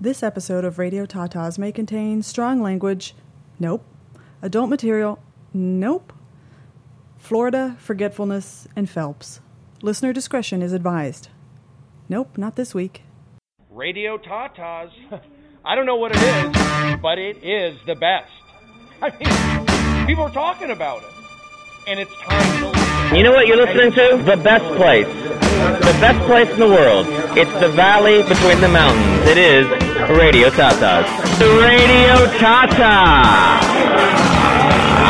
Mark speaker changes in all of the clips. Speaker 1: This episode of Radio Tatas may contain strong language, nope, adult material, nope, Florida, forgetfulness, and Phelps. Listener discretion is advised. Nope, not this week.
Speaker 2: Radio Tatas. I don't know what it is, but it is the best. I mean, people are talking about it, and it's time to listen.
Speaker 3: You know what you're listening to? The best place. The best place in the world. It's the valley between the mountains. It is Radio Tatas. Radio Tata!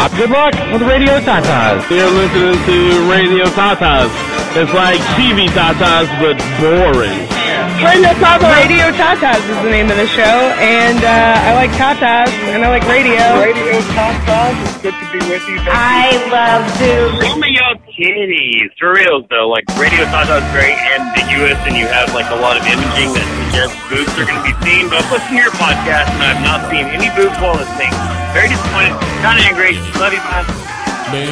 Speaker 3: Uh, good luck with Radio Tatas.
Speaker 4: You're listening to Radio Tatas. It's like TV Tatas, but boring.
Speaker 5: Radio Tatas. Radio Tatas is the name of the show, and uh, I like Tatas, and I like radio.
Speaker 6: Radio Top Five. It's good to be with you. Thank
Speaker 7: I love Zoom.
Speaker 8: Show me your kitties. For real, though, like Radio Tata's very ambiguous, and you have like a lot of imaging that suggests boobs are going to be seen. But I've listened to your podcast, and I've not seen any boobs while listening. Very disappointed. Kind of angry. Love you, bye.
Speaker 9: baby.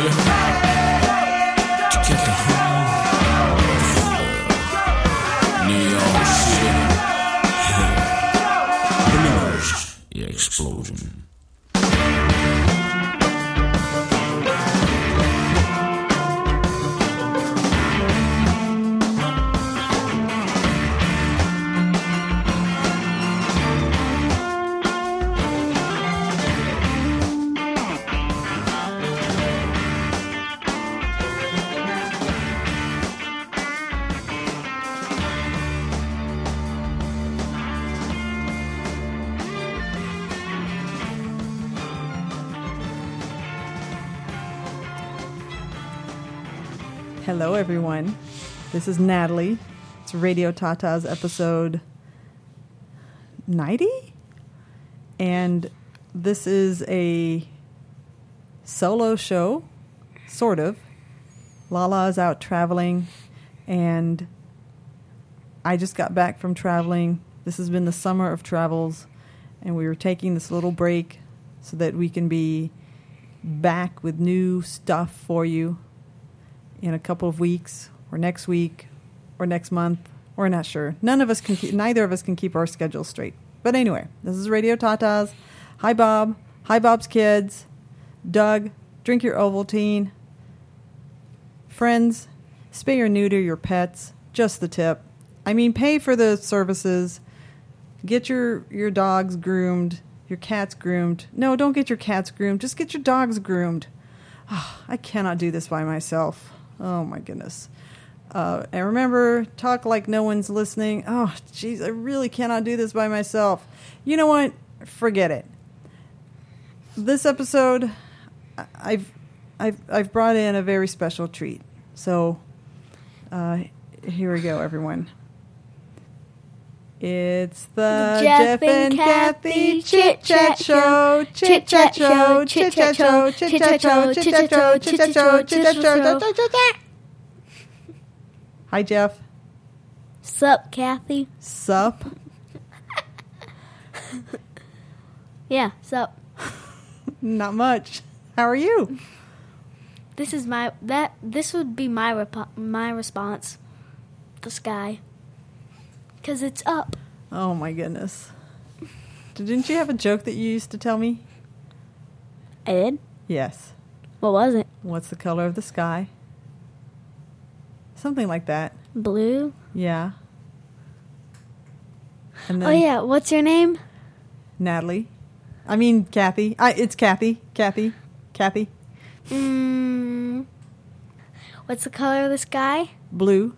Speaker 9: To get the home. Neon city. Blues. The explosion.
Speaker 1: Hello, everyone. This is Natalie. It's Radio Tata's episode 90? And this is a solo show, sort of. Lala is out traveling, and I just got back from traveling. This has been the summer of travels, and we were taking this little break so that we can be back with new stuff for you in a couple of weeks or next week or next month. We're not sure. None of us can keep, neither of us can keep our schedule straight. But anyway, this is Radio Tatas. Hi, Bob. Hi, Bob's kids. Doug, drink your Ovaltine. Friends, spay or neuter your pets. Just the tip. I mean, pay for the services. Get your, your dogs groomed, your cats groomed. No, don't get your cats groomed. Just get your dogs groomed. Ah, I cannot do this by myself. Oh my goodness. Uh, and remember, talk like no one's listening. Oh, jeez, I really cannot do this by myself. You know what? Forget it. This episode, I- I've, I've, I've brought in a very special treat. So, uh, here we go, everyone. It's the Jeff, and Kathy Chit Chat Show. Chit Chat Show. Chit Chat Show. Chit Chat Show. Chit Chat Show. Chit Chat Show. Chit Chat Show. Chit Chat Show. Hi, Jeff.
Speaker 10: Sup, Kathy?
Speaker 1: Sup?
Speaker 10: Yeah, sup.
Speaker 1: Not much. How are you?
Speaker 10: This is my that this would be my repo- my response. The sky. Cuz it's up.
Speaker 1: Oh my goodness. Didn't you have a joke that you used to tell me?
Speaker 10: I did.
Speaker 1: Yes.
Speaker 10: What was it?
Speaker 1: What's the color of the sky? Something like that.
Speaker 10: Blue.
Speaker 1: Yeah. And then
Speaker 10: Oh yeah, what's your name?
Speaker 1: Natalie. I mean Kathy. I, it's Kathy. Kathy. Kathy.
Speaker 10: Mm. What's the color of the sky?
Speaker 1: Blue.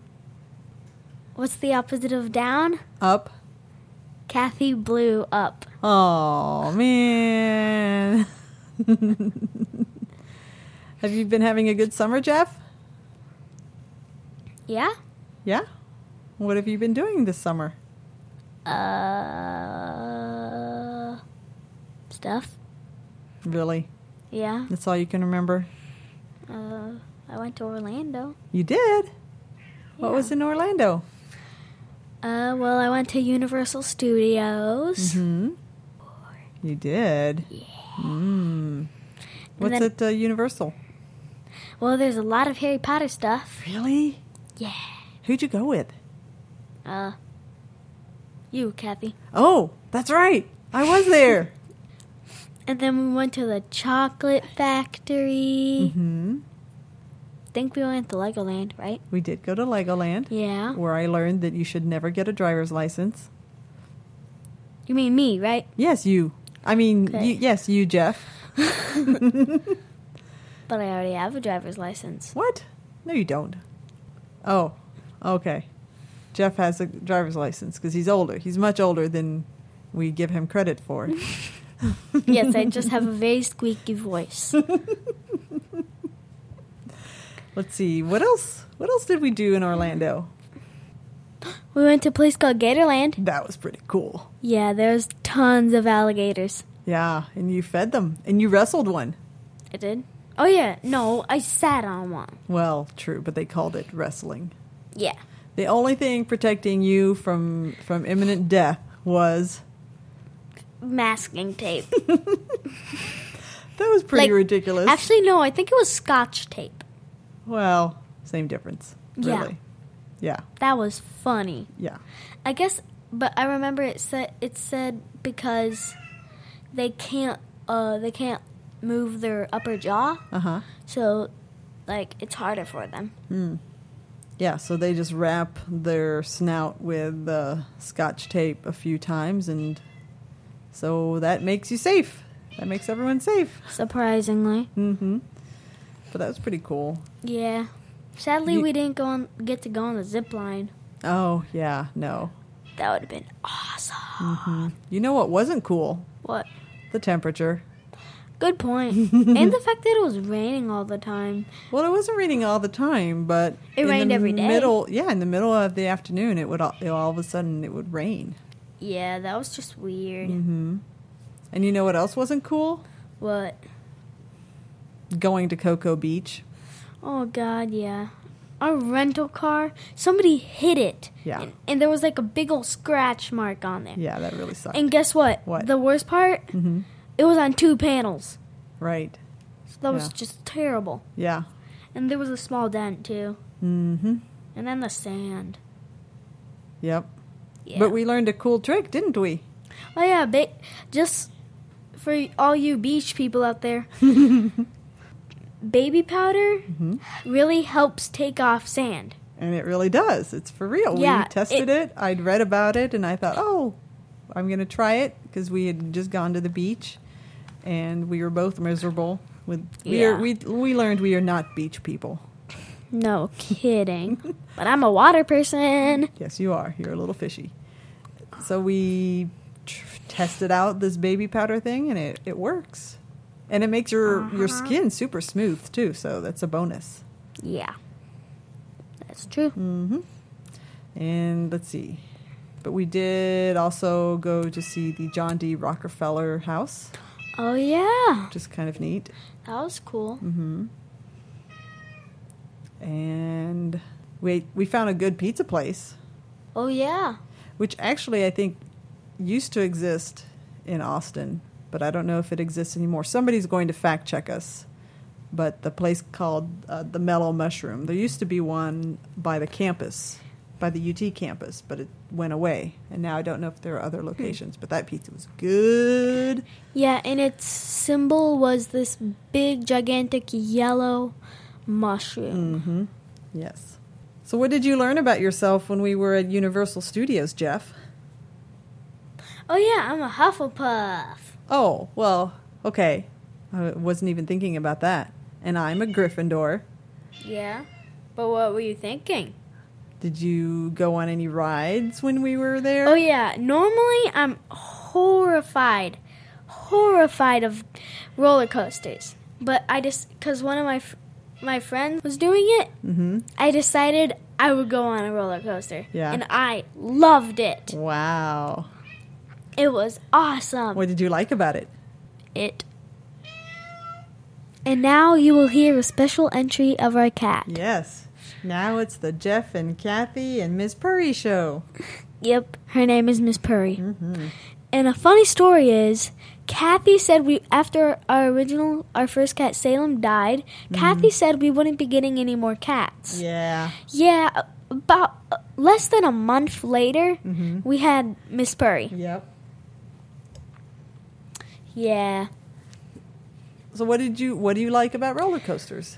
Speaker 10: What's the opposite of down?
Speaker 1: Up.
Speaker 10: Kathy blue up.
Speaker 1: Oh man. Have you been having a good summer, Jeff?
Speaker 10: Yeah?
Speaker 1: Yeah. What have you been doing this summer?
Speaker 10: Uh stuff.
Speaker 1: Really?
Speaker 10: Yeah.
Speaker 1: That's all you can remember.
Speaker 10: Uh I went to Orlando.
Speaker 1: You did. What was in Orlando?
Speaker 10: Uh, well, I went to Universal Studios.
Speaker 1: Hmm. You did. Yeah. What's
Speaker 10: then-
Speaker 1: at uh, Universal?
Speaker 10: Well, there's a lot of Harry Potter stuff.
Speaker 1: Really?
Speaker 10: Yeah.
Speaker 1: Who'd you go with?
Speaker 10: Uh, You, Kathy.
Speaker 1: Oh, that's right. I was there.
Speaker 10: And then we went to the chocolate factory.
Speaker 1: hmm
Speaker 10: Think we went to Legoland, right?
Speaker 1: We did go to Legoland,
Speaker 10: Yeah.
Speaker 1: where I learned that you should never get a driver's license.
Speaker 10: You mean me, right?
Speaker 1: Yes, you. I mean,
Speaker 10: Okay.
Speaker 1: you, yes, you, Jeff.
Speaker 10: But I already have a driver's license.
Speaker 1: What? No, you don't. Oh, okay. Jeff has a driver's license because he's older. He's much older than we give him credit for.
Speaker 10: yes, I just have a very squeaky voice.
Speaker 1: Let's see. What else? What else did we do in Orlando?
Speaker 10: We went to a place called Gatorland.
Speaker 1: That was pretty cool.
Speaker 10: Yeah, there's tons of alligators.
Speaker 1: Yeah, and you fed them and you wrestled one.
Speaker 10: I did. Oh yeah, no, I sat on one.
Speaker 1: Well, true, but they called it wrestling.
Speaker 10: Yeah.
Speaker 1: The only thing protecting you from from imminent death was
Speaker 10: Masking tape.
Speaker 1: that was pretty
Speaker 10: Like,
Speaker 1: ridiculous.
Speaker 10: Actually, no, I think it was scotch tape.
Speaker 1: well, same difference.
Speaker 10: Yeah.
Speaker 1: Really. Yeah.
Speaker 10: That was funny.
Speaker 1: Yeah.
Speaker 10: I guess, but I remember it said it said because they can't uh they can't move their upper jaw,
Speaker 1: Uh-huh.
Speaker 10: so like it's harder for them.
Speaker 1: Yeah, so they just wrap their snout with uh, scotch tape a few times, and so that makes you safe. That makes everyone safe.
Speaker 10: Surprisingly,
Speaker 1: But that was pretty cool.
Speaker 10: yeah. Sadly,
Speaker 1: You-
Speaker 10: we didn't go on get to go on the zip line.
Speaker 1: Oh, yeah, no.
Speaker 10: That would have been awesome.
Speaker 1: You know what wasn't cool?
Speaker 10: What?
Speaker 1: The temperature.
Speaker 10: Good point. and the fact that it was raining all the time.
Speaker 1: Well, it wasn't raining all the time, but
Speaker 10: It
Speaker 1: in the
Speaker 10: rained every day.
Speaker 1: Middle, yeah, in the middle of the afternoon, it would all, all of a sudden it would rain.
Speaker 10: Yeah, that was just weird.
Speaker 1: Mm-hmm. And you know what else wasn't cool?
Speaker 10: What?
Speaker 1: Going to Cocoa Beach.
Speaker 10: Oh God, yeah. Our rental car, somebody hit it.
Speaker 1: Yeah.
Speaker 10: And, and there was like a big old scratch mark on there.
Speaker 1: Yeah, that really sucked.
Speaker 10: And guess what?
Speaker 1: What?
Speaker 10: The worst part? Mm-hmm. It was on two panels.
Speaker 1: right.
Speaker 10: So that was
Speaker 1: Yeah.
Speaker 10: just terrible.
Speaker 1: Yeah.
Speaker 10: And there was a small dent too.
Speaker 1: Mm-hmm.
Speaker 10: And then the sand.
Speaker 1: Yep.
Speaker 10: Yeah.
Speaker 1: But we learned a cool trick, didn't we?
Speaker 10: Oh yeah, ba- just for all you beach people out there. baby powder really helps take off sand.
Speaker 1: And it really does. It's for real.
Speaker 10: Yeah,
Speaker 1: we tested
Speaker 10: it-
Speaker 1: it, I'd read about it and I thought, oh, I'm going to try it because we had just gone to the beach and we were both miserable. With we, are,
Speaker 10: Yeah.
Speaker 1: we we learned we are not beach people.
Speaker 10: No kidding. but I'm a water person.
Speaker 1: Yes, you are. You're a little fishy. So we tr- tested out this baby powder thing and it, it works. And it makes your, your skin super smooth too. So that's a bonus.
Speaker 10: Yeah. That's true.
Speaker 1: And let's see. But we did also go to see the John D. Rockefeller house,
Speaker 10: Oh yeah.
Speaker 1: which is kind of neat.
Speaker 10: That was cool.
Speaker 1: And we we found a good pizza place,
Speaker 10: Oh yeah.
Speaker 1: which actually I think used to exist in Austin, but I don't know if it exists anymore. Somebody's going to fact check us. But the place called uh, the Mellow Mushroom. There used to be one by the campus, by the UT campus, but it went away. And now I don't know if there are other locations. But that pizza was good.
Speaker 10: Yeah, and its symbol was this big gigantic yellow mushroom.
Speaker 1: Yes. So, what did you learn about yourself when we were at Universal Studios, Jeff?
Speaker 10: Oh yeah, I'm a Hufflepuff.
Speaker 1: Oh, well, okay. I wasn't even thinking about that. And I'm a Gryffindor.
Speaker 10: Yeah. But what were you thinking?
Speaker 1: Did you go on any rides when we were there?
Speaker 10: Oh yeah, normally I'm horrified, horrified of roller coasters. But I just because one of my f- my friends was doing it, I decided I would go on a roller coaster.
Speaker 1: Yeah.
Speaker 10: and I loved it.
Speaker 1: Wow.
Speaker 10: It was awesome.
Speaker 1: What did you like about it?
Speaker 10: It. And now you will hear a special entry of our cat.
Speaker 1: Yes. Now it's the Jeff and Kathy and Miss Purry show.
Speaker 10: Yep, her name is Miss Purry. And a funny story is, Kathy said we after our original our first cat Salem died, Kathy said we wouldn't be getting any more cats.
Speaker 1: Yeah.
Speaker 10: Yeah, about uh, less than a month later,
Speaker 1: Mhm.
Speaker 10: we had Miss Purry.
Speaker 1: Yep.
Speaker 10: Yeah,
Speaker 1: So what did you what do you like about roller coasters?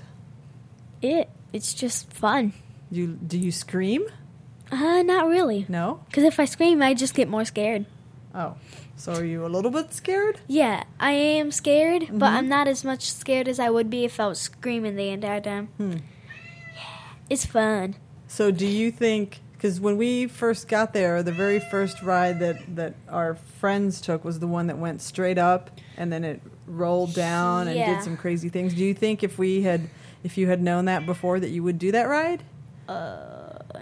Speaker 10: it it's just fun.
Speaker 1: Do you do you scream?
Speaker 10: Uh, not really.
Speaker 1: No?
Speaker 10: Because if I scream, I just get more scared.
Speaker 1: Oh. So are you a little bit scared?
Speaker 10: Yeah, I am scared, but I'm not as much scared as I would be if I was screaming the entire time.
Speaker 1: Hmm.
Speaker 10: It's fun.
Speaker 1: So do you think because when we first got there, the very first ride that, that our friends took was the one that went straight up and then it rolled down and
Speaker 10: Yeah.
Speaker 1: did some crazy things. Do you think if we had if you had known that before that you would do that ride?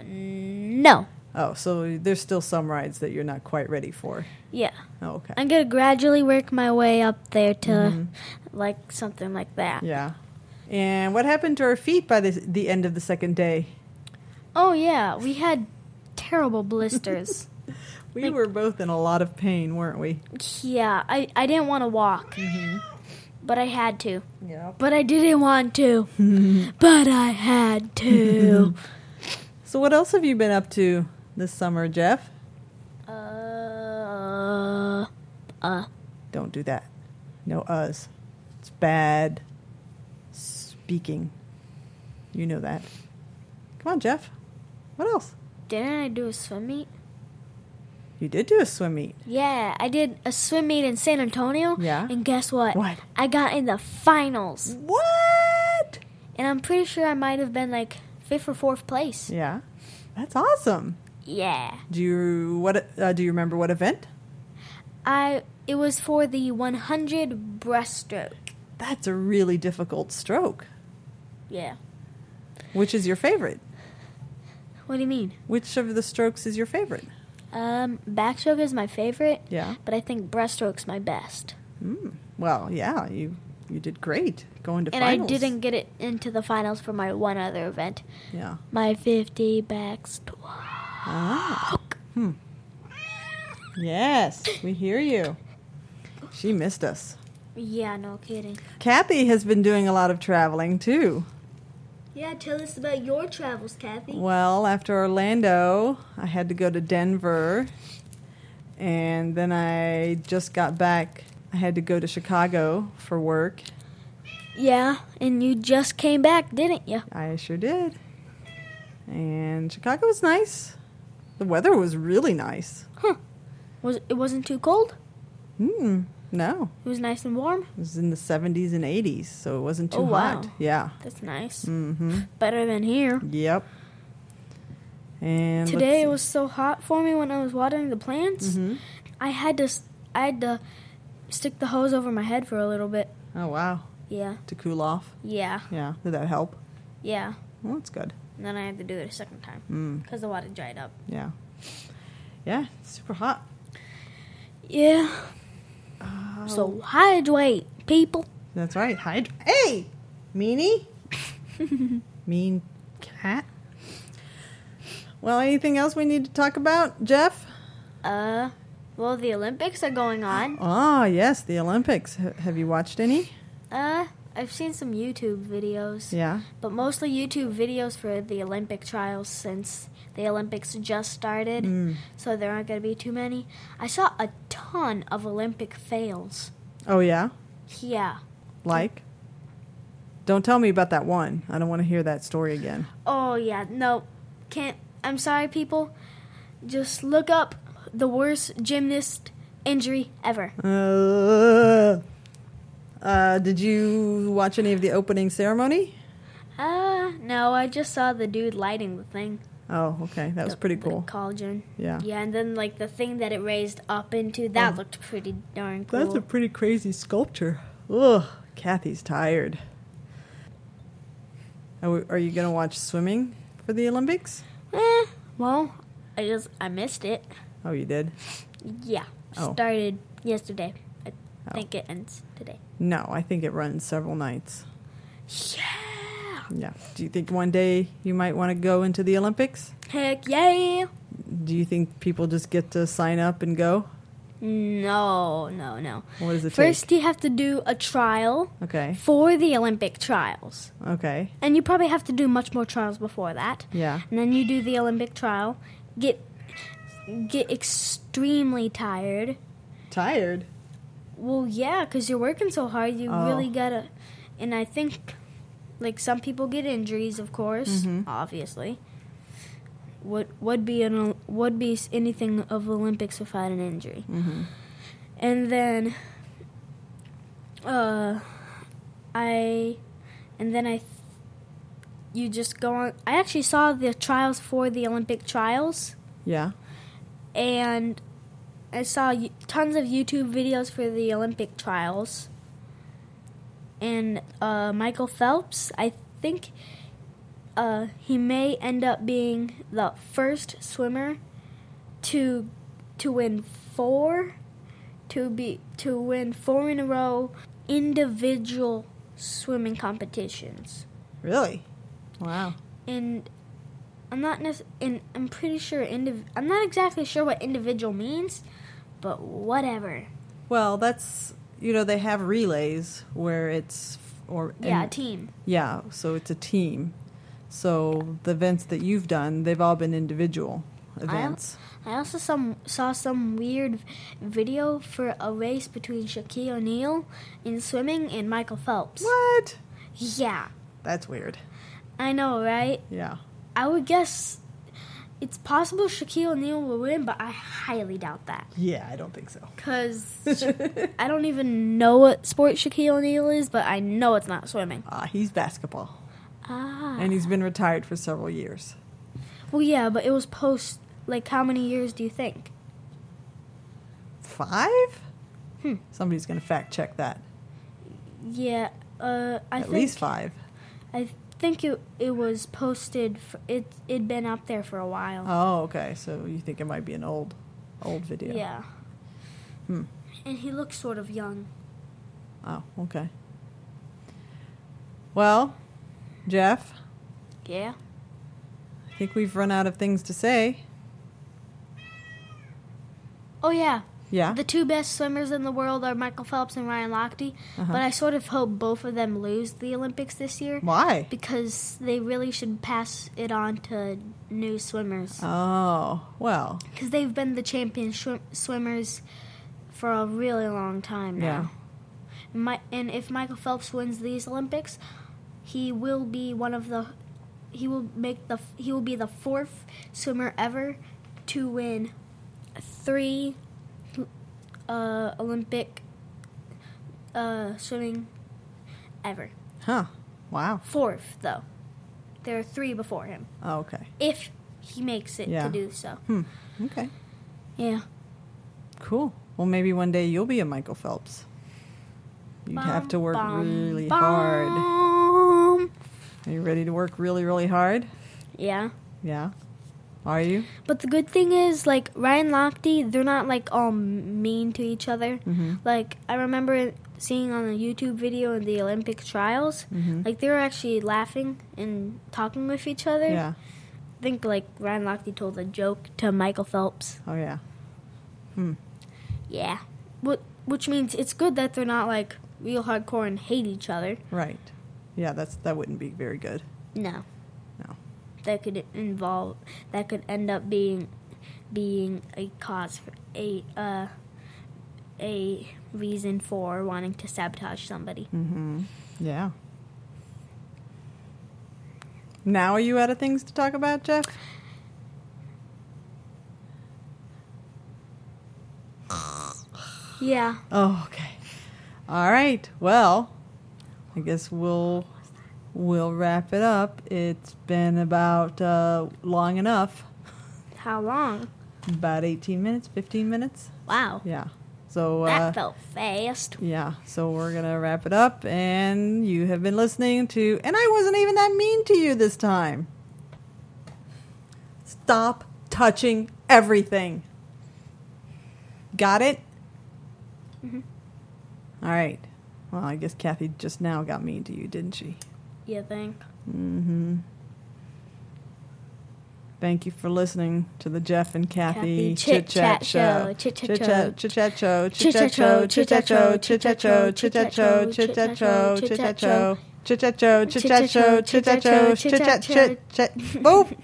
Speaker 10: No.
Speaker 1: Oh, so there's still some rides that you're not quite ready for.
Speaker 10: Yeah.
Speaker 1: Oh, okay.
Speaker 10: I'm going to gradually work my way up there to like something like that.
Speaker 1: Mm-hmm. Yeah. And what happened to our feet by the the end of the second day?
Speaker 10: Oh, yeah. We had terrible blisters.
Speaker 1: We were both in a lot of pain, weren't we?
Speaker 10: yeah. I, I didn't want to walk,
Speaker 1: Mm-hmm.
Speaker 10: but I had to.
Speaker 1: Yeah.
Speaker 10: But I didn't want to. but I had to.
Speaker 1: So what else have you been up to this summer, Jeff?
Speaker 10: uh, uh,
Speaker 1: Don't do that. No us. It's bad speaking. You know that. Come on, Jeff. What else?
Speaker 10: didn't I do a swim meet?
Speaker 1: You did do a swim meet.
Speaker 10: Yeah, I did a swim meet in San Antonio.
Speaker 1: Yeah?
Speaker 10: And guess what?
Speaker 1: What?
Speaker 10: I got in the finals.
Speaker 1: What?
Speaker 10: And I'm pretty sure I might have been like fifth or fourth place.
Speaker 1: Yeah. That's awesome.
Speaker 10: Yeah.
Speaker 1: Do you what uh, do you remember what event?
Speaker 10: I it was for the 100 breaststroke.
Speaker 1: That's a really difficult stroke.
Speaker 10: Yeah.
Speaker 1: Which is your favorite?
Speaker 10: What do you mean?
Speaker 1: Which of the strokes is your favorite?
Speaker 10: Um backstroke is my favorite.
Speaker 1: Yeah.
Speaker 10: But I think breaststroke's my best.
Speaker 1: Well, yeah, you you did great going to
Speaker 10: And
Speaker 1: finals.
Speaker 10: I didn't get it into the finals for my one other event,
Speaker 1: Yeah.
Speaker 10: my 50 backstroke. Ah.
Speaker 1: Yes, we hear you. She missed us.
Speaker 10: Yeah, no kidding.
Speaker 1: Kathy has been doing a lot of traveling too.
Speaker 10: Yeah, tell us about your travels, Kathy.
Speaker 1: Well, after Orlando, I had to go to Denver, and then I just got back. I had to go to Chicago for work.
Speaker 10: Yeah, and you just came back, didn't you?
Speaker 1: I sure did. And Chicago was nice. The weather was really nice.
Speaker 10: Was it wasn't too cold?
Speaker 1: Mm, no,
Speaker 10: It was nice and warm.
Speaker 1: It was in the 70s and 80s, so it wasn't too
Speaker 10: Oh, wow.
Speaker 1: hot. Yeah.
Speaker 10: That's nice.
Speaker 1: Mm-hmm.
Speaker 10: Better than here.
Speaker 1: Yep. And let's
Speaker 10: Today
Speaker 1: see.
Speaker 10: it was so hot for me when I was watering the plants.
Speaker 1: Mhm.
Speaker 10: I had to s- I had to stick the hose over my head for a little bit.
Speaker 1: Oh wow,
Speaker 10: Yeah.
Speaker 1: to cool off.
Speaker 10: Yeah.
Speaker 1: Yeah. Did that help?
Speaker 10: Yeah.
Speaker 1: Well, that's good.
Speaker 10: And then I had to do it a second time
Speaker 1: Mm,
Speaker 10: because the water dried up.
Speaker 1: yeah. Yeah. it's Super hot.
Speaker 10: Yeah. So hydrate, people.
Speaker 1: That's right. Hide. Hey, meanie. mean cat. Well, anything else we need to talk about, Jeff?
Speaker 10: Uh, well, the Olympics are going on.
Speaker 1: Ah, yes, the Olympics. H- have you watched any?
Speaker 10: Uh, I've seen some YouTube videos.
Speaker 1: Yeah.
Speaker 10: but mostly YouTube videos for the Olympic trials since the Olympics just started,
Speaker 1: Mm.
Speaker 10: so there aren't going to be too many. I saw a ton of Olympic fails.
Speaker 1: Oh yeah.
Speaker 10: Yeah.
Speaker 1: Like. Don't tell me about that one. I don't want to hear that story again.
Speaker 10: Oh, yeah. No. Can't. I'm sorry, people. Just look up the worst gymnast injury ever.
Speaker 1: Uh, uh, did you watch any of the opening ceremony?
Speaker 10: Uh, no, I just saw the dude lighting the thing.
Speaker 1: Oh, okay. That was
Speaker 10: The-
Speaker 1: pretty
Speaker 10: the
Speaker 1: cool.
Speaker 10: cauldron.
Speaker 1: Yeah.
Speaker 10: Yeah, and then, like, the thing that it raised up into, that looked pretty darn cool.
Speaker 1: That's a pretty crazy sculpture. Ugh, Kathy's tired. Are, we, are you going to watch swimming for the Olympics?
Speaker 10: Eh, well, I just I missed it.
Speaker 1: Oh, you did?
Speaker 10: Yeah,
Speaker 1: Oh.
Speaker 10: started yesterday. I think it ends today.
Speaker 1: No, I think it runs several nights. Yeah. Yeah. Do you think one day you might want to go into the Olympics?
Speaker 10: Heck yeah!
Speaker 1: Do you think people just get to sign up and go?
Speaker 10: No, no, no.
Speaker 1: What does it
Speaker 10: First, you have to do a trial
Speaker 1: take? Okay.
Speaker 10: for the Olympic trials.
Speaker 1: Okay.
Speaker 10: And you probably have to do much more trials before that.
Speaker 1: Yeah.
Speaker 10: And then you do the Olympic trial, get get extremely tired.
Speaker 1: Tired.
Speaker 10: Well, yeah, cuz you're working so hard, you
Speaker 1: Oh.
Speaker 10: really got to and I think like some people get injuries, of course, obviously. What would be an would be s- anything of Olympics without an injury? And then uh I and then I th- you just go on I actually saw the trials for the Olympic trials
Speaker 1: Yeah.
Speaker 10: and I saw y- tons of YouTube videos for the Olympic trials. And uh, Michael Phelps, I think uh, he may end up being the first swimmer to to win four to be to win four in a row individual swimming competitions.
Speaker 1: Really? Wow.
Speaker 10: And I'm not nec- and I'm pretty sure indiv- I'm not exactly sure what individual means, but whatever.
Speaker 1: Well, that's you know they have relays where it's or
Speaker 10: Yeah, a
Speaker 1: and-
Speaker 10: team.
Speaker 1: yeah. So it's a team. So the events that you've done, they've all been individual events.
Speaker 10: I also some saw some weird video for a race between Shaquille O'Neal in swimming and Michael Phelps.
Speaker 1: What?
Speaker 10: Yeah,
Speaker 1: That's weird.
Speaker 10: I know, right?
Speaker 1: Yeah.
Speaker 10: I would guess it's possible Shaquille O'Neal will win, but I highly doubt that
Speaker 1: Yeah, I don't think so.
Speaker 10: because I don't even know what sport Shaquille O'Neal is, but I know it's not swimming.
Speaker 1: Ah, he's basketball,
Speaker 10: Ah.
Speaker 1: and he's been retired for several years.
Speaker 10: Well, yeah, but it was post. Like, how many years do you think?
Speaker 1: Five? Hmm. Somebody's going to fact check that.
Speaker 10: Yeah, uh, I
Speaker 1: At
Speaker 10: think
Speaker 1: least five.
Speaker 10: I think it it was posted. For, it it'd been up there for a while.
Speaker 1: Oh, okay. So you think it might be an old, old video?
Speaker 10: yeah.
Speaker 1: Hmm.
Speaker 10: And he looks sort of young.
Speaker 1: Oh, okay. Well, Jeff,
Speaker 10: Yeah.
Speaker 1: I think we've run out of things to say.
Speaker 10: Oh yeah.
Speaker 1: Yeah.
Speaker 10: The two best swimmers in the world are Michael Phelps and Ryan Lochte,
Speaker 1: Uh-huh.
Speaker 10: but I sort of hope both of them lose the Olympics this year
Speaker 1: Why?
Speaker 10: because they really should pass it on to new swimmers.
Speaker 1: Oh, well,
Speaker 10: because they've been the champion swim- swimmers for a really long time
Speaker 1: yeah.
Speaker 10: now. My, and if Michael Phelps wins these Olympics, he will be one of the he will make the he will be the fourth swimmer ever to win three uh, Olympic uh, swimming ever.
Speaker 1: Huh. Wow.
Speaker 10: Fourth though, there are three before him.
Speaker 1: Oh, okay.
Speaker 10: If he makes it
Speaker 1: Yeah. Hmm.
Speaker 10: to do so,
Speaker 1: Okay.
Speaker 10: yeah.
Speaker 1: Cool. Well, maybe one day you'll be a Michael Phelps. You'd have to work really hard.
Speaker 10: hard.
Speaker 1: Are you ready to work really, really hard?
Speaker 10: Yeah.
Speaker 1: Yeah. Are you?
Speaker 10: But the good thing is, like Ryan Lochte, they're not like all mean to each other.
Speaker 1: Mm-hmm.
Speaker 10: Like I remember seeing on a YouTube video in the Olympic trials,
Speaker 1: Mm-hmm.
Speaker 10: like they were actually laughing and talking with each other.
Speaker 1: Yeah.
Speaker 10: I think like Ryan Lochte told a joke to Michael Phelps.
Speaker 1: Oh, yeah.
Speaker 10: Yeah, what which means it's good that they're not like real hardcore and hate each other.
Speaker 1: Right. Yeah, that's that wouldn't be very good.
Speaker 10: No.
Speaker 1: No.
Speaker 10: That could involve that could end up being being a cause for a uh a reason for wanting to sabotage somebody.
Speaker 1: Mm. Yeah. Now are you out of things to talk about, Jeff?
Speaker 10: Yeah.
Speaker 1: Oh, okay. All right. Well, I guess we'll we'll wrap it up. It's been about uh, long enough.
Speaker 10: How long?
Speaker 1: About 18 minutes, 15 minutes.
Speaker 10: Wow.
Speaker 1: Yeah. So
Speaker 10: That
Speaker 1: uh,
Speaker 10: felt fast.
Speaker 1: yeah, so we're going to wrap it up and you have been listening to and I wasn't even that mean to you this time. Stop touching everything. Got it? All right. Well, I guess Kathy just now got mean to you, didn't she?
Speaker 10: You think?
Speaker 1: Thank you for listening to the Jeff and Kathy
Speaker 10: Kathy Chit Chat Show.
Speaker 1: Chit
Speaker 10: Chit Chat
Speaker 1: Chat
Speaker 10: Show.
Speaker 1: Chit Chat Show. Chit
Speaker 10: Chit
Speaker 1: Chat
Speaker 10: Chat
Speaker 1: Show.
Speaker 10: Show,
Speaker 1: Chit Chat Show. Chit
Speaker 10: Chit
Speaker 1: Chat
Speaker 10: Chat
Speaker 1: Show.
Speaker 10: Show,
Speaker 1: Chit Chat Show. Chit Chat Show. Chit Chat Show. Chit Chat Show. Chit Chat Show. Chit Chat Show. Chit Chat Chit Chat. Boop.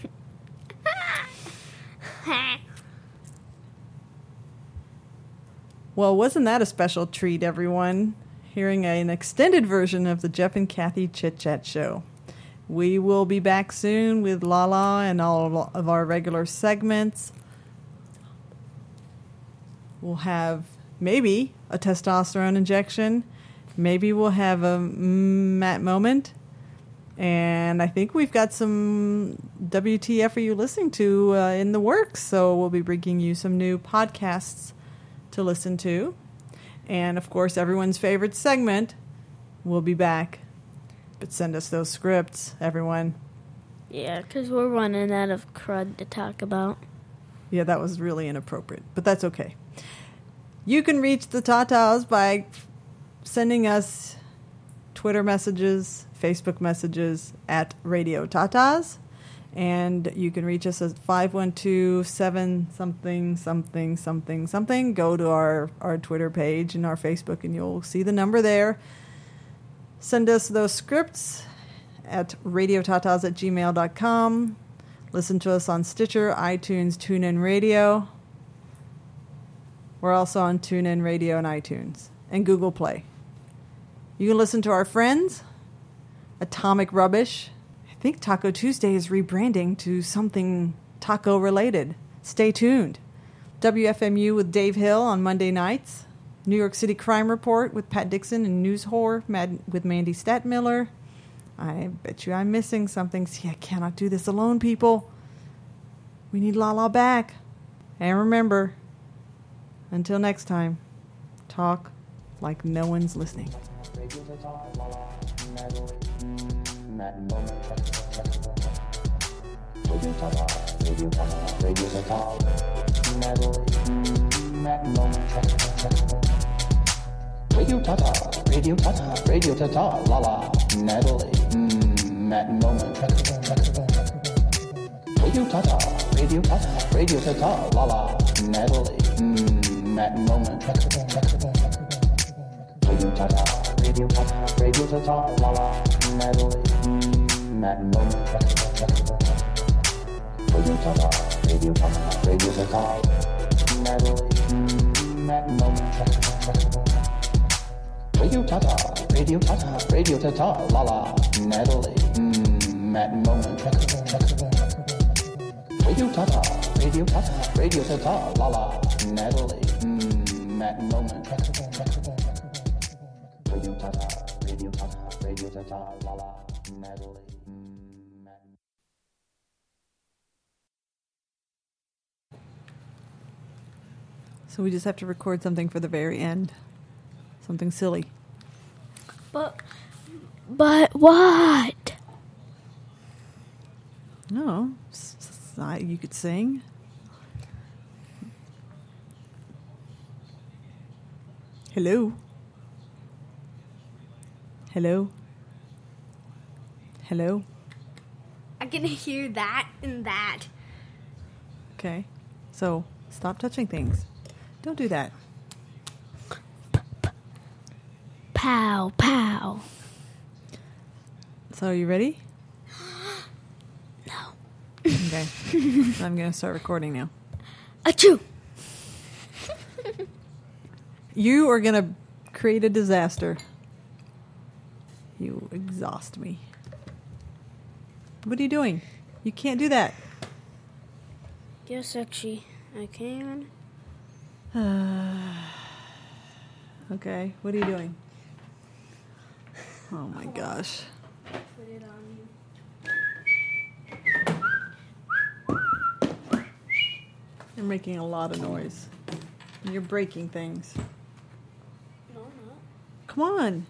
Speaker 1: Well, wasn't that a special treat, everyone? Hearing an extended version of the Jeff and Kathy Chit Chat Show. We will be back soon with Lala and all of our regular segments. We'll have maybe a testosterone injection. Maybe we'll have a Matt moment. And I think we've got some WTF are you listening to uh, in the works. So we'll be bringing you some new podcasts to listen to. And of course, everyone's favorite segment will be back. But send us those scripts, everyone.
Speaker 10: Yeah, because we're running out of crud to talk about.
Speaker 1: Yeah, that was really inappropriate, but that's okay. You can reach the Tatas by sending us Twitter messages, Facebook messages at Radio Tatas. And you can reach us at 512 7 something, something, something, something. Go to our, our Twitter page and our Facebook, and you'll see the number there. Send us those scripts at radiotatas at gmail.com. Listen to us on Stitcher, iTunes, TuneIn Radio. We're also on TuneIn Radio and iTunes and Google Play. You can listen to our friends, Atomic Rubbish. I think Taco Tuesday is rebranding to something taco related. Stay tuned. WFMU with Dave Hill on Monday nights. New York City Crime Report with Pat Dixon and News Whore Mad- with Mandy Statmiller. I bet you I'm missing something. See, I cannot do this alone, people. We need Lala back. And remember, until next time, talk like no one's listening.
Speaker 7: Radio Tata, Radio Tata, Radio Tata, La La, Natalie, mm, Matt Nolan. Radio Tata, Radio Tata, Radio Tata, La La, Natalie, mm, Matt Nolan. Radio Tata, Radio Tata, Radio Tata, La La, Natalie, mm, Matt Nolan. Radio Tata, Radio Tata, Radio Tata, Natalie, mm, Matt Nolan. Radio Tata, Radio Tata, Radio Tata, La La, Natalie, mm, Matt Nolan. Radio Tata, Radio Tata, Radio Tata, La La, Natalie, mm, Matt Nolan. Radio Tata, Radio Tata, Radio Tata, La La, Natalie, mm, Matt
Speaker 1: So we just have to record something for the very end. Something silly.
Speaker 10: But, but what?
Speaker 1: No, Oh, s- s- I- you could sing. Hello. Hello. Hello.
Speaker 10: I can hear that and that.
Speaker 1: Okay. So stop touching things. Don't do that.
Speaker 10: Pow, pow.
Speaker 1: So are you ready? no. Okay. I'm going to start recording now.
Speaker 10: Achoo!
Speaker 1: You are going to create a disaster. You exhaust me. What are you doing? You can't do that.
Speaker 10: Yes, actually, I can.
Speaker 1: Okay. What are you doing? Oh my gosh.
Speaker 10: Put it on you.
Speaker 1: You're making a lot of noise. And You're breaking things.
Speaker 10: No, I'm not.
Speaker 1: Come on.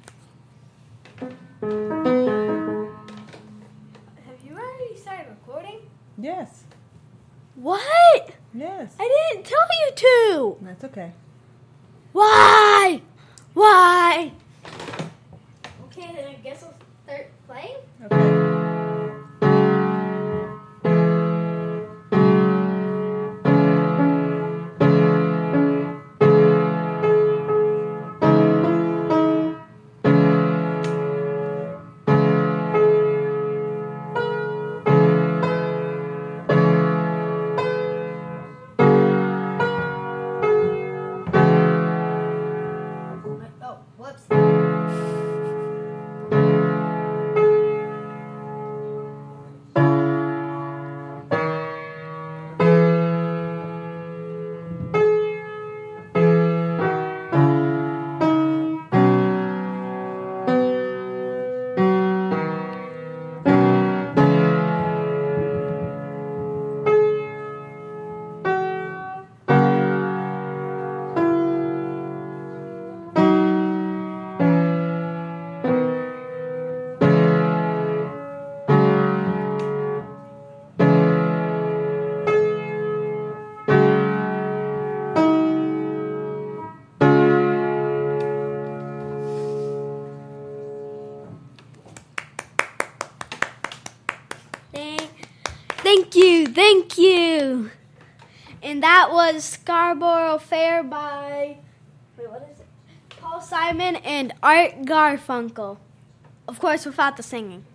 Speaker 10: Have you already started recording?
Speaker 1: Yes.
Speaker 10: What?
Speaker 1: Yes.
Speaker 10: I didn't tell you to!
Speaker 1: That's okay.
Speaker 10: Why? Why? Okay, then I guess I'll start playing.
Speaker 1: Okay.
Speaker 11: Oh, whoops.
Speaker 10: Thank, thank you, thank you. And that was Scarborough Fair by wait, what is it? Paul Simon and Art Garfunkel. Of course, without the singing.